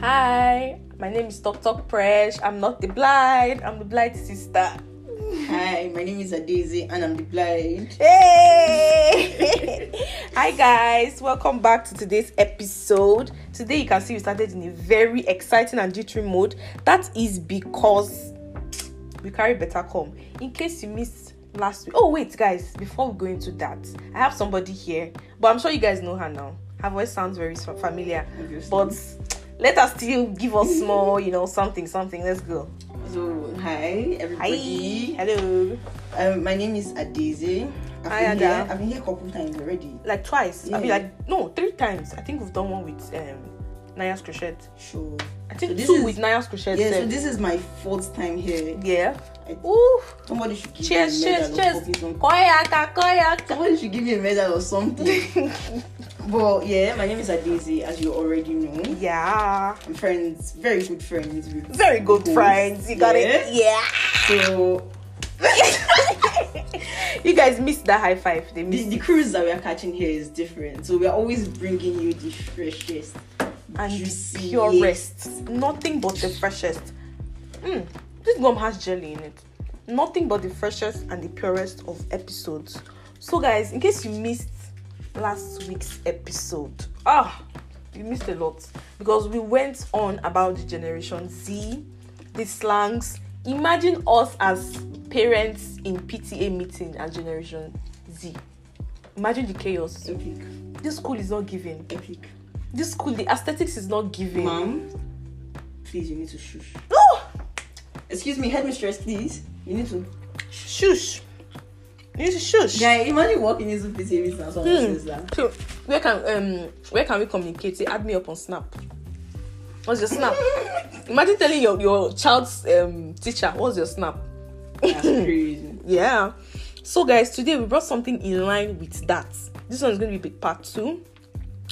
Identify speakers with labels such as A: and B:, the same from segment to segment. A: Hi, my name is Tok Tok Presh. I'm not the blind, I'm the blind sister.
B: Hi, my name is Adezi and I'm the blind.
A: Hey! Hi, guys, welcome back to today's episode. Today, you can see we started in a very exciting and jittery mode. That is because we carry better come. In case you missed last week. Oh, wait, guys, before we go into that, I have somebody here, but I'm sure you guys know her now. Her voice sounds very fa- familiar,
B: Obviously.
A: but let us still give us more, you know, something, something. Let's go.
B: So, hi
A: Hi,
B: everybody.
A: hello.
B: Um, my name is Adezi. I've
A: Hi,
B: been here.
A: Ada.
B: I've been here a couple times already.
A: like twice. I mean,
B: Yeah.
A: like no, three times. I think we've done one with um Naya's crochet.
B: Sure.
A: I think
B: So this
A: two
B: is-
A: with Naya's crochet.
B: Yeah, so
A: sef.
B: this is my fourth time here.
A: yeah.
B: I-
A: Ooh.
B: Somebody should give
A: Cheers,
B: me a
A: cheers,
B: medal or
A: cheers.
B: copy some-
A: Koyaka, koyaka.
B: Somebody should give me a medal or something. but yeah, my name is Adezi, as you already know.
A: yeah.
B: I'm friends, very good friends with
A: Very good
B: both.
A: friends. You got it. Yeah.
B: So
A: you guys missed that high five. They
B: the,
A: missed.
B: the cruise that we are catching here is different. So we are always bringing you the freshest
A: and the
B: juiciest.
A: purest. Nothing but the freshest. Mm, this gum has jelly in it. Nothing but the freshest and the purest of episodes. So, guys, in case you missed last week's episode, ah, you missed a lot because we went on about the Generation Z, the slangs. Imagine us as parents in PTA meeting as Generation Z. Imagine the chaos.
B: Epic,
A: This school is not giving.
B: epic.
A: This school, the aesthetics is not giving.
B: Mom, please, you need to shush.
A: Oh,
B: Excuse me, headmistress, please. You need to.
A: shush. You need to shush.
B: Guy, imagine walking into PTA meeting and someone
A: Hmm.
B: says that.
A: So, where can um where can we communicate? Say, Add me up on Snap. What's your Snap? Imagine telling your your child's um teacher what's your Snap.
B: That's crazy.
A: Yeah. So guys, today we brought something in line with that. This one is going to be part two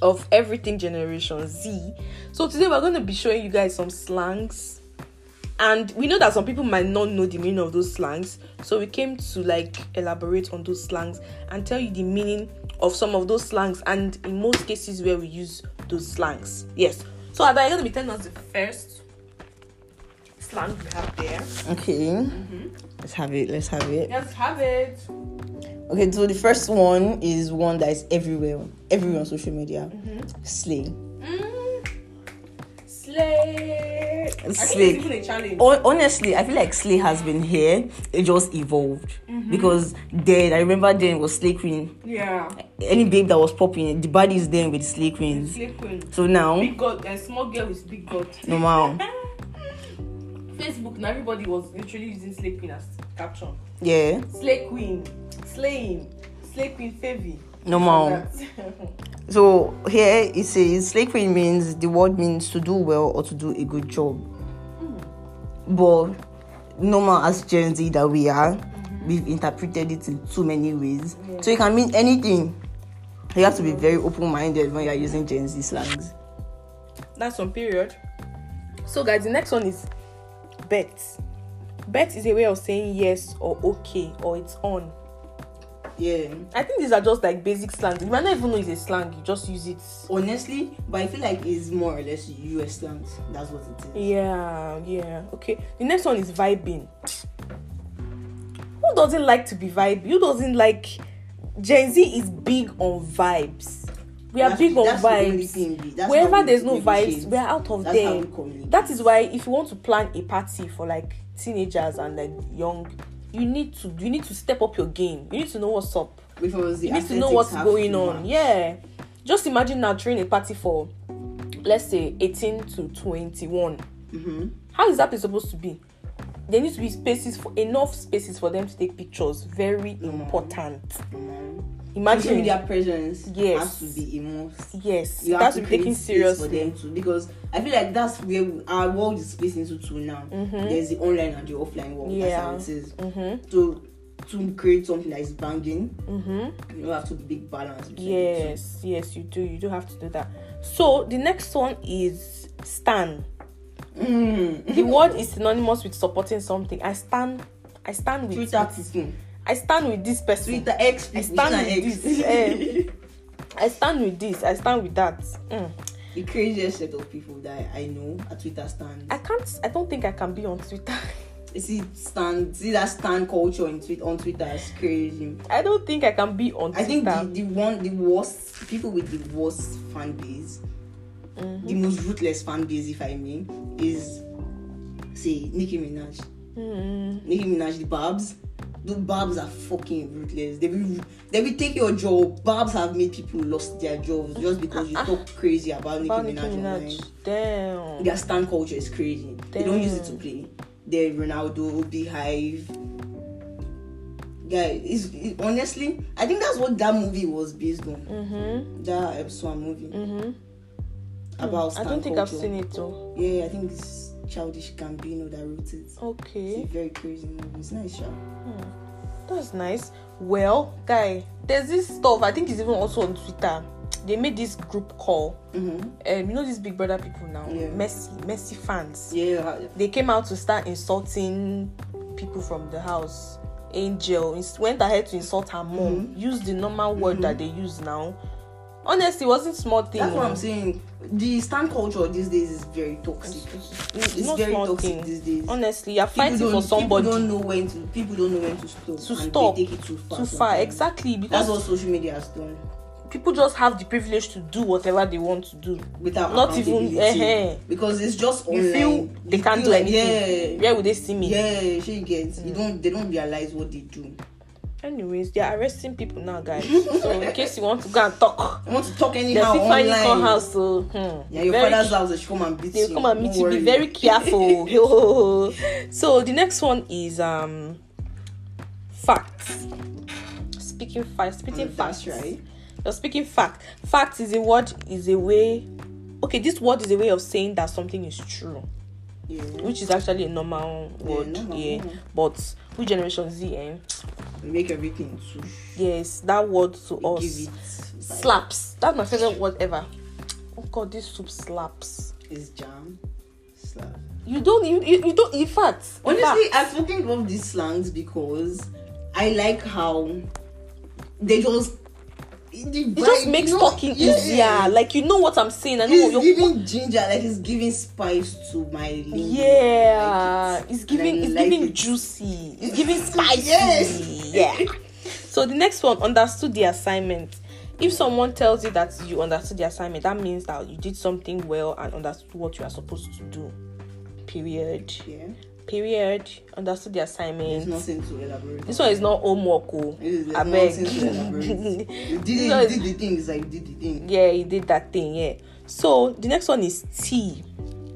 A: of everything Generation Z. So today we're going to be showing you guys some slangs, and we know that some people might not know the meaning of those slangs. So we came to like elaborate on those slangs and tell you the meaning of some of those slangs, and in most cases where we use those slangs. Yes. So Ada, you're going to be telling us the first slang we have there.
B: Okay. Mm-hmm. Let's have it. Let's have it.
A: Yes, have it.
B: Okay, so the first one is one that is everywhere, everywhere on social media. Slay.
A: Slay. Oh. I think it's
B: Slay.
A: even a challenge.
B: Hon- honestly, I feel like Slay has been here. It just evolved because then I remember then was Slay Queen.
A: Yeah.
B: Any babe that was popping, the body is then with Slay Queens.
A: Slay queen.
B: So now,
A: Big God. A small girl is big God.
B: normal.
A: Facebook. Now everybody was literally using slay queen as caption.
B: Yeah,
A: Slay queen. Slaying. Slay queen favy.
B: normal. So here it says slay queen means the word means to do well or to do a good job. Hmm. But normal as Gen Z that we are, we've interpreted it in too many ways. So it can mean anything. You have to be very open-minded when you're using Gen Z slangs.
A: That's one period. So guys, the next one is bet. Bet is a way of saying yes or okay or it's on.
B: Yeah.
A: I think these are just like basic slang. You might not even know it's a slang. You just use it.
B: Honestly, but I feel like it's more or less US slangs. That's what it
A: Yeah, yeah. Okay. The next one is vibing. Who doesn't like to be vibe? Who doesn't like Gen Z is big on vibes. We are
B: That's-
A: big on
B: that's the only
A: vibes.
B: thing we- that's how
A: Wherever
B: we
A: there's no
B: negotiate.
A: vibes, we are out of
B: That's how
A: there.
B: we communicate.
A: That is why if you want to plan a party for like teenagers and like young, you need to you need to step up your game. You need to know what's up
B: If it was the
A: you need to know what's going on. Yeah. Just imagine now during a party for, let's say, 18 to 21.
B: Mm-hmm.
A: How is that supposed to be? There needs to be spaces for enough spaces for them to take pictures. Very important.
B: Mm. Social
A: Imagine.
B: media presence
A: Yes.
B: has to be immense.
A: Yes,
B: you
A: that's
B: have to create
A: taken
B: space for
A: seriously.
B: them to because I feel like that's where we- our world is spacing into two now. There's the online and the offline world. That's
A: Mm-hmm.
B: how
A: Yeah.
B: it is.
A: Mhm.
B: So to create something that is banging,
A: Mhm.
B: you have to be big balance. between the two.
A: Yes, yes, you do. You do have to do that. So the next one is stand.
B: Mm.
A: The word is synonymous with supporting something. I stand. I stand with.
B: Twitter people.
A: I stand with this person.
B: Twitter X.
A: I
B: people,
A: stand
B: Twitter
A: with
B: X.
A: this, eh. I stand with this, I stand with that. Mm.
B: The craziest set of people that I know are Twitter stands.
A: I can't. I don't think I can be on Twitter.
B: You see stand see that stand culture in tweet on Twitter is crazy.
A: I don't think I can be on
B: I think
A: Twitter.
B: the, the one the worst people with the worst fan base,
A: Mm-hmm.
B: the most ruthless fan base if I may, is say Nicki Minaj.
A: Mm.
B: Nicki Minaj, the Babs. Those Babs are fucking ruthless. They will they will take your job. Babs have made people lost their jobs just because you talk crazy about Nicki
A: Ah, About
B: Minaj.
A: Nicki
B: online.
A: Minaj. Damn.
B: Their stan culture is crazy. They don't use it to play. They're Ronaldo, Beehive. Guy, it's, it- honestly, I think that's what that movie was based on.
A: Mm-hmm.
B: That Epsom movie
A: Mm-hmm.
B: about
A: I
B: stan
A: don't think I've
B: culture.
A: seen it though.
B: Yeah, I think it's Childish Gambino that wrote it. It's a
A: Okay.
B: very crazy movie. It's nice, yeah.
A: That's nice. Well, guy, there's this stuff. I think it's even also on Twitter. They made this group call.
B: Mm-hmm.
A: Um, you know these Big Brother people now,
B: Yeah.
A: Messi, Messi fans.
B: Yeah,
A: They came out to start insulting people from the house. Angel ins- went ahead to insult her mom.
B: Mm-hmm.
A: Used the normal word that they use now. Honestly, it wasn't small thing.
B: That's what I'm
A: oh.
B: saying. The stand culture these days is very toxic. It's,
A: no
B: very
A: small
B: toxic
A: thing.
B: these days.
A: Honestly, you're
B: People
A: fighting for
B: don't-
A: somebody
B: People don't know when to. People don't know when to stop.
A: to
B: and
A: stop
B: They take it too far.
A: Too far,
B: sometimes.
A: exactly.
B: That's
A: Because
B: what social media has done.
A: people just have the privilege to do whatever they want to do.
B: Without
A: Not even-
B: accountability.
A: eh-heh.
B: because it's just online.
A: you feel they
B: You
A: can't
B: feel
A: do
B: like,
A: anything.
B: Yeah,
A: Where would they see me?
B: yeah. She gets. You don't. They don't realize what they do.
A: Anyways, they are arresting people now, guys. so in case you want to go and talk,
B: I want to talk
A: they're
B: anyhow
A: still finding your
B: online.
A: house. So hmm,
B: Yeah, your
A: very-
B: father's house. They should come and beat you.
A: They'll come and meet
B: Don't
A: you. Be
B: worry.
A: very careful. Ho, ho, ho. so the next one is um facts. Speaking facts. Speaking
B: Mm,
A: facts.
B: that's right.
A: You're speaking fact. Fact is a word. Is a way. Okay, this word is a way of saying that something is true.
B: Yeah.
A: which is actually a normal word, yeah.
B: normal, normal.
A: But we generation Z, eh?
B: We make everything too.
A: yes, that word to
B: We
A: us
B: give it. like,
A: slaps. That's my favorite word ever. Oh God, this soup slaps.
B: It's jam. Slap.
A: You don't, you, you, you don't. In fact, in
B: Honestly,
A: fact,
B: I fucking love these slangs because I like how they just. It
A: it just makes talking easier. Like you know what I'm saying. I know
B: It's
A: what you're.
B: giving ginger, like it's giving spice to my lingo. I
A: Yeah,
B: like it.
A: it's giving,
B: And I
A: it's
B: like
A: giving
B: it.
A: juicy. It's giving spicy.
B: Yes.
A: Yeah. So the next one understood the assignment. If someone tells you that you understood the assignment, that means that you did something well and understood what you are supposed to do. Period.
B: Yeah,
A: Period. Understood the assignment.
B: there's nothing to elaborate.
A: This one is not homework. oh.
B: There's
A: I
B: nothing to elaborate. You
A: beg.
B: did,
A: This one
B: it,
A: is-
B: you did the thing, it's like you did the thing.
A: yeah, he did that thing. Yeah. So the next one is tea.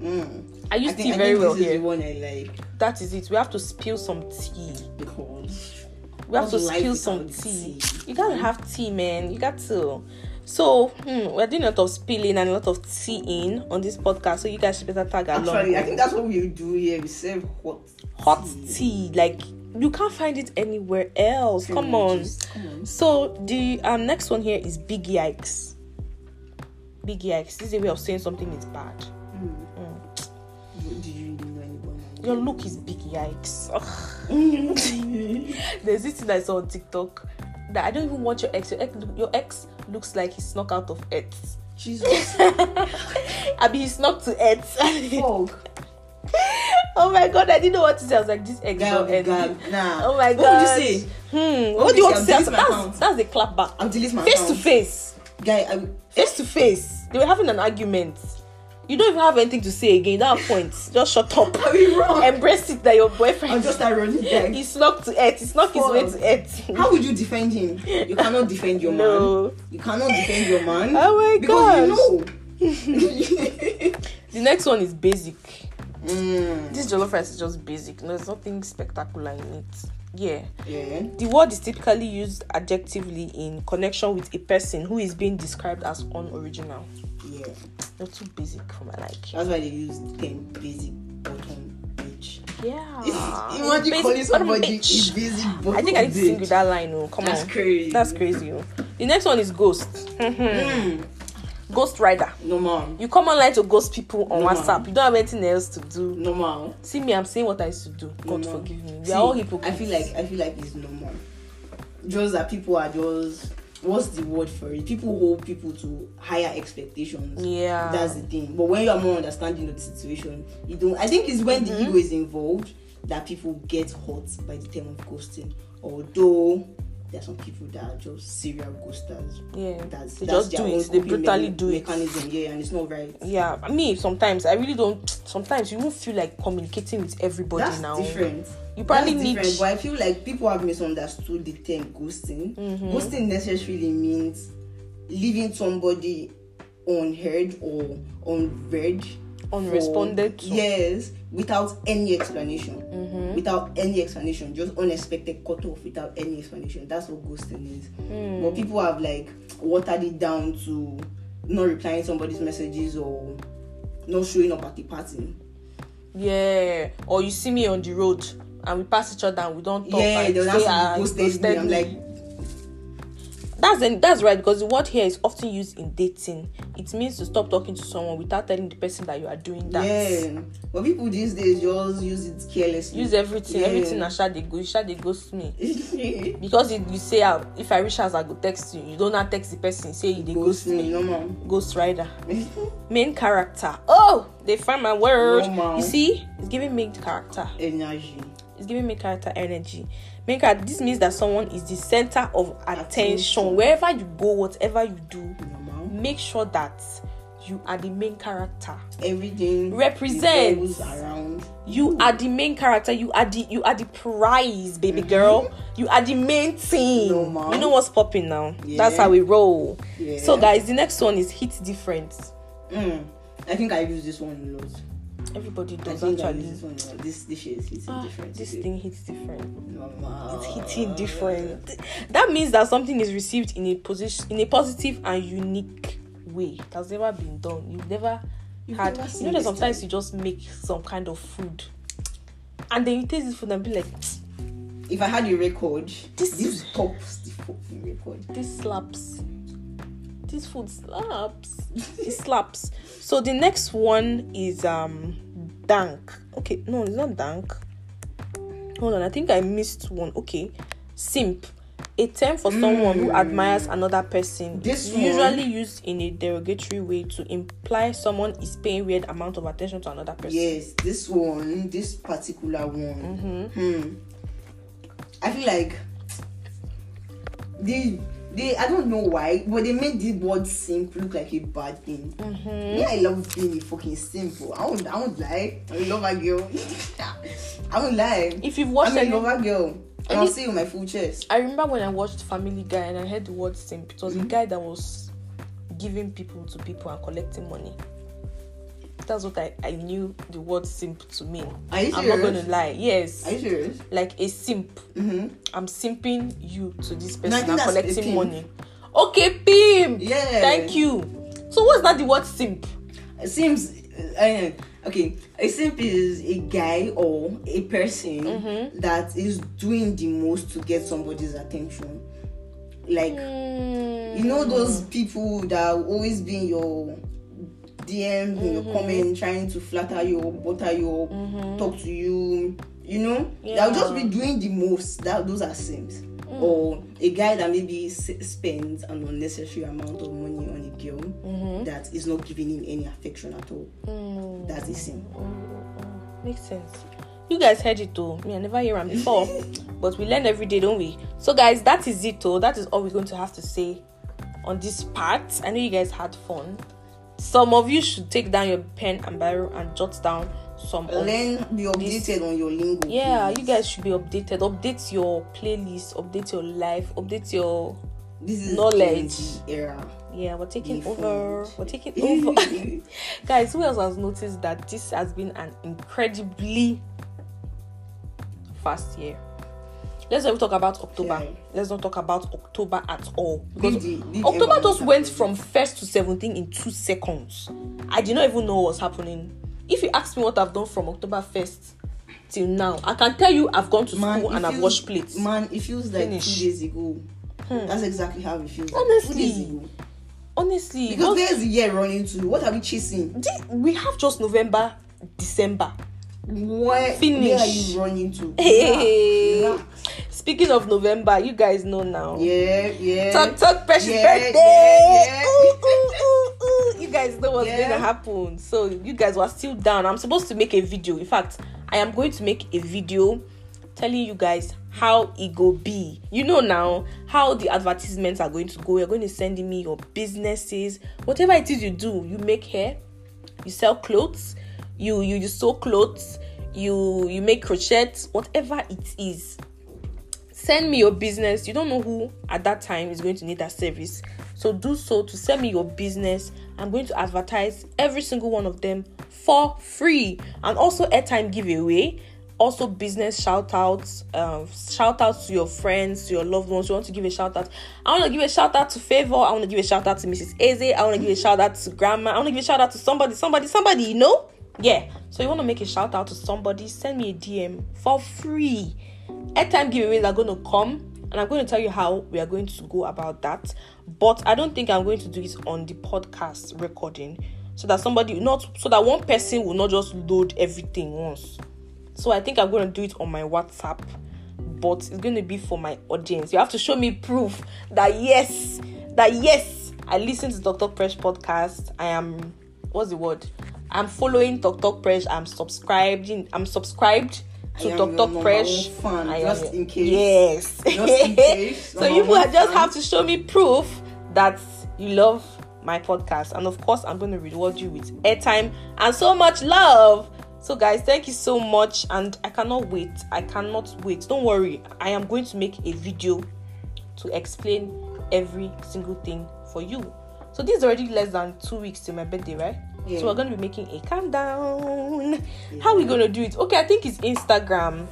B: Mm.
A: I use
B: I think,
A: tea
B: I
A: very
B: think
A: well
B: this is
A: here.
B: the one I like
A: That is it. We have to spill some tea.
B: because
A: We have to
B: What's life
A: spill some
B: without
A: tea.
B: tea? Mm.
A: You gotta have tea, man. You got to. So hmm, we're doing a lot of spilling and a lot of tea in on this podcast. So you guys should better tag along.
B: actually, I think that's what we do here. We serve hot,
A: hot tea, like you can't find it anywhere else. Come on.
B: Mm, Just- come on.
A: So the um, next one here is big yikes. Big yikes. This is a way of saying something is bad.
B: Do you really know anybody?
A: Your look is big yikes. Ugh.
B: Mm.
A: There's this thing I saw on TikTok that I don't even want your ex. Your ex, your ex looks like he snuck out of Earth.
B: Jesus.
A: I mean, he snuck to Earth.
B: Fuck.
A: oh my god, I didn't know what to say. I was like, this ex is
B: Girl,
A: on
B: girl,
A: Earth.
B: nah.
A: Oh my god.
B: What would you say?
A: Hmm. What,
B: would
A: do you
B: you
A: want to
B: say?
A: say?
B: I'll
A: That's, that's,
B: delete my account.
A: a clap back.
B: I'll delete my
A: face to
B: account.
A: face.
B: Guy, I,
A: Face to face. They were having an argument. You don't even have anything to say again. That point. Just shut up.
B: Are we wrong?
A: Embrace it that your
B: I'm
A: boyfriend
B: just ironic.
A: he
B: Guy.
A: snuck to Earth. He snuck his way to Earth.
B: How would you defend him? You cannot defend your
A: No.
B: man. You cannot defend your man.
A: Oh my
B: because you know.
A: the next one is basic.
B: mm,
A: This jollof rice is just basic. No, there's nothing spectacular in it. Yeah.
B: yeah.
A: The word is typically used adjectively in connection with a person who is being described as unoriginal.
B: Yeah.
A: You're too basic for my liking.
B: That's why they use the term basic bottom bitch.
A: Yeah.
B: Imagine
A: Ah. Basic
B: calling
A: son of a
B: somebody a
A: bitch.
B: basic bottom
A: I think I need to sing
B: bitch.
A: with that line. Oh, come
B: That's
A: on.
B: crazy.
A: That's crazy. Oh. The next one is Ghost.
B: Mm,
A: Ghost Rider.
B: normal.
A: You come online to ghost people on
B: No, ma'am.
A: WhatsApp. You don't have anything else to do.
B: Normal.
A: See me, I'm saying what I used to do. God
B: normal.
A: forgive me. We
B: See,
A: are all hypocrites.
B: I feel like I feel like it's normal. Just that people are just what's the word for it? People hold people to higher expectations.
A: Yeah.
B: That's the thing. But when you are more understanding of the situation, you don't. I think it's when
A: Mm-hmm.
B: the ego is involved that people get hurt by the term of ghosting. Although there are some people that are just serial ghosters.
A: Yeah.
B: That's,
A: They
B: that's
A: just
B: their
A: do
B: own
A: it. They
B: coping
A: brutally
B: mechani-
A: do it.
B: Mechanism, yeah, and it's not right.
A: Yeah, me sometimes I really don't. Sometimes you won't feel like communicating with everybody
B: That's
A: now.
B: different.
A: You probably
B: That's
A: need-
B: different, but I feel like people have misunderstood the term ghosting. Ghosting necessarily means leaving somebody unheard or unread,
A: Unresponded to.
B: For, yes, without any explanation. Without any explanation, just unexpected cut off without any explanation. That's what ghosting is. But people have like watered it down to not replying somebody's messages or not showing up at the party.
A: Yeah. Or you see me on the road and we pass each other and we don't talk.
B: yeah,
A: and
B: they'll
A: say,
B: ask
A: "Ah,
B: me
A: you
B: ghosted, me. I'm
A: me."
B: like.
A: that's and that's right because the word here is often used in dating. It means to stop talking to someone without telling the person that you are doing that.
B: Yeah, but people these days just use it carelessly.
A: Use everything.
B: Yeah.
A: Everything I shall they go. You shall they ghost me.
B: Everything.
A: Because you, you say ah, if I reach out, I go text you. You don't not text the person. Say you they ghost,
B: Ghost me,
A: me.
B: no man.
A: Ghost Rider. main character. Oh, they find my word.
B: Normal.
A: You see, it's giving main character.
B: Energy.
A: It's giving main character energy. Main character. This means that someone is the center of attention.
B: Attention.
A: Wherever you go, whatever you do,
B: No man.
A: make sure that you are the main character.
B: Everything
A: Represent.
B: revolves around.
A: You are the main character. You are the you are the prize, baby girl. You are the main thing.
B: Mm-hmm. No, ma'am.
A: you know what's popping now.
B: Yeah.
A: That's how we roll.
B: Yeah.
A: So guys, the next one is hit different.
B: Mm. I think I use this one a lot.
A: Everybody
B: I
A: does
B: think I
A: actually.
B: use this one a lot. This this shit is hitting
A: Ah,
B: different.
A: this
B: today.
A: thing hits different. Ah.
B: No man.
A: it's hitting different. That means that something is received in a position in a positive and unique way that has never been done. You've never
B: You've
A: had.
B: never
A: you
B: seen
A: know that
B: this
A: sometimes
B: type.
A: you just make some kind of food, and then you taste this food and be like,
B: If I had a record,
A: This-
B: this, this tops the fucking record.
A: "This slaps. This food slaps. it slaps." So the next one is um dank. Okay, no, it's not dank. Hold on, I think I missed one. Okay, simp. A term for someone who admires another person.
B: Mm. This
A: It's
B: one-
A: usually used in a derogatory way to imply someone is paying weird amount of attention to another person.
B: Yes, this one, this particular one.
A: Mm-hmm.
B: Hmm. I feel like they they I don't know why, but they made the word simp look like a bad thing.
A: Mm-hmm.
B: Yeah, I love being a fucking simple. I won't I won't lie. I love a girl. I won't lie.
A: If you've watched,
B: I'm
A: any,
B: a lover girl. And I'll
A: any-
B: see you with my full chest.
A: I remember when I watched Family Guy and I heard the word simp. It was
B: Mm-hmm.
A: the guy that was giving people to people and collecting money. That's what I, I knew the word simp to mean.
B: Are you
A: I'm not
B: serious?
A: gonna lie. Yes,
B: Are you serious?
A: like a simp.
B: Mm-hmm.
A: I'm simping you to this
B: No,
A: person
B: I
A: and
B: think that's a
A: collecting
B: pimp.
A: money. Okay, pimp.
B: Yeah.
A: Thank you. So what's not the word simp?
B: It seems uh, okay a simp is a guy or a person that is doing the most to get somebody's attention like you know those people that will always be in your dm in
A: Mm-hmm.
B: your comment trying to flatter you up, butter you up, talk to you you know they'll just be doing the most that those are simps
A: Mm.
B: or a guy that maybe s- spends an unnecessary amount of money on a girl
A: Mm-hmm.
B: that is not giving him any affection at all
A: Hmm.
B: that's a simp
A: Oh, Makes sense. You guys heard it though. Me, I never hear them before. but we learn every day, don't we? So guys, that is it though. That is all we're going to have to say on this part. I know you guys had fun. Some of you should take down your pen and barrel and jot down some of
B: learn be updated on your lingo
A: Mm-hmm. yeah you guys should be updated update your playlist update your life update your
B: this is
A: knowledge.
B: the era
A: yeah we're taking
B: Be
A: over
B: informed.
A: we're taking over guys who else has noticed that this has been an incredibly fast year let's not even talk about october
B: Yeah.
A: let's not talk about october at all
B: Leave
A: because
B: the- leave
A: october
B: everyone
A: just
B: aside.
A: went from first to 17 in two seconds i did not even know what was happening if you ask me what i've done from october 1st till now i can tell you i've gone to school
B: it
A: and i've
B: feels-
A: washed plates
B: Man, it feels like
A: Finish.
B: two days ago. That's exactly how it feels.
A: Honestly.
B: like two days ago.
A: honestly
B: Because
A: what-
B: there's a year running too. What are we chasing?
A: Thi- we have just November, December.
C: where, where are
A: Finish.
C: you running to?
A: Hey.
C: Relax,
A: Speaking of November, you guys know now.
C: relax. Yeah, yeah.
A: Talk, talk, precious
C: Yeah,
A: birthday.
C: yeah, yeah.
A: Ooh, ooh, ooh, ooh. You guys know what's
C: Yeah.
A: going to happen. So you guys were still down. I'm supposed to make a video. In fact, I am going to make a video telling you guys how it go be. You know now how the advertisements are going to go. You're going to send me your businesses, whatever it is you do. You make hair, you sell clothes, you you, you sew clothes, you you make crochets, whatever it is send me your business. You don't know who at that time is going to need that service. So do so to send me your business. I'm going to advertise every single one of them for free. And also airtime giveaway. Also business shout outs. Um, shout outs to your friends, to your loved ones. You want to give a shout out. I want to give a shout out to Favor. I want to give a shout out to Mrs. Eze. I want to give a shout out to Grandma. I want to give a shout out to somebody, somebody, somebody, you know? Yeah. So you want to make a shout out to somebody, send me a DM for free airtime giveaways are going to come and i'm going to tell you how we are going to go about that but i don't think i'm going to do it on the podcast recording so that somebody not so that one person will not just load everything once so i think i'm going to do it on my whatsapp but it's going to be for my audience you have to show me proof that yes that yes i listen to dr fresh podcast i am what's the word i'm following dr fresh i'm subscribed in, i'm subscribed
C: I
A: to
C: am your
A: dr
C: number
A: fresh
C: one fan,
A: I am
C: just
A: your-
C: in case.
A: yes
C: Just in case, Oh,
A: so
C: number
A: you people
C: one
A: just
C: fan.
A: have to show me proof that you love my podcast and of course i'm going to reward you with airtime and so much love so guys thank you so much and i cannot wait i cannot wait don't worry i am going to make a video to explain every single thing for you so this is already less than two weeks to my birthday right
C: Yeah.
A: so we're going to be making a countdown how are we going to do it okay i think it's instagram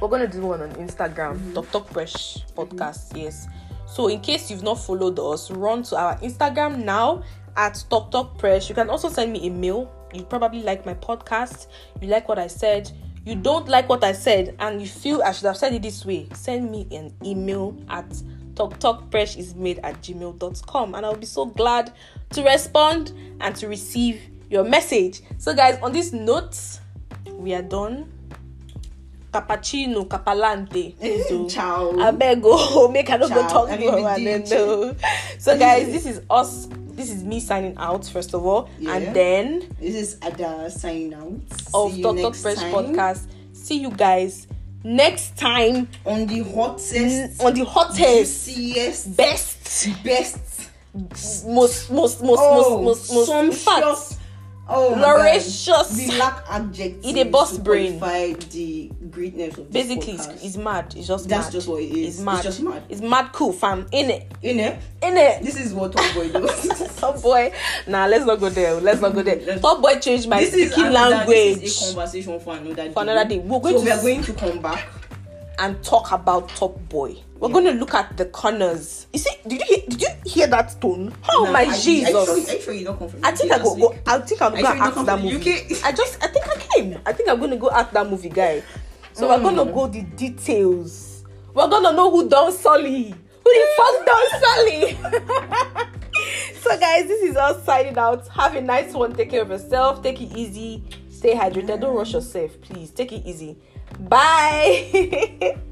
A: we're gonna do one on Instagram, Dr. Fresh Podcast. Yes. So in case you've not followed us, run to our Instagram now at Dr. Fresh. You can also send me a mail. You probably like my podcast. You like what I said. You don't like what I said, and you feel I should have said it this way. Send me an email at talktalkfresh is made at gmail.com and I'll be so glad to respond and to receive your message. So guys, on this note, we are done. Cappuccino, capalante. So,
C: Eh, Ciao.
A: I beg go make I don't go
C: Ciao.
A: talk
C: I
A: to
C: mean,
A: her.
C: we
A: and then
C: did.
A: no. So guys, this is us. This is me signing out first of all,
C: Yeah.
A: and then
C: This is Ada signing out.
A: of
C: See you
A: Dr.
C: next
A: Fresh
C: time
A: podcast. See you guys next time
C: on the hottest,
A: Mm, on the hottest,
C: juiciest,
A: best,
C: best,
A: most, most, most, most, most, most. in fact,
C: Oh, sumptuous, oh, my
A: Luscious.
C: God. The lack adjectives.
A: It a boss
C: to
A: brain.
C: qualify the greatness of this
A: Basically, it's,
C: podcast.
A: it's mad. It's just
C: That's
A: mad.
C: just what it is.
A: It's mad.
C: It's just mad.
A: It's mad cool, fam. In it,
C: you know,
A: in it.
C: this is what Top Boy does.
A: Top boy, nah, let's not go there. Let's not go there.
C: Let's-
A: Top boy changed my
C: this is
A: speaking
C: another-
A: language.
C: This is a conversation for another day.
A: For another day. We're going
C: so
A: to
C: we are
A: s-
C: going to come back.
A: and talk about Top Boy. We're going to look at the corners. You see, did you hear, did you hear that tone? Oh
C: Nah,
A: my
C: I- I- Are you
A: Jesus!
C: sure- are you sure you don't come from
A: I think I go.
C: last
A: go
C: week?
A: I think I'm
C: Are you sure
A: gonna
C: you
A: act
C: don't
A: that
C: come from
A: movie.
C: UK?
A: I just. I think I came. I think I'm gonna go act that movie guy. So we're gonna
C: Mm.
A: go the details. We're gonna know who Don Sully. Who the fuck Don Sully? so guys, this is us signing out. Have a nice one. Take care of yourself. Take it easy. Stay hydrated. Don't rush yourself, please. Take it easy. Bye.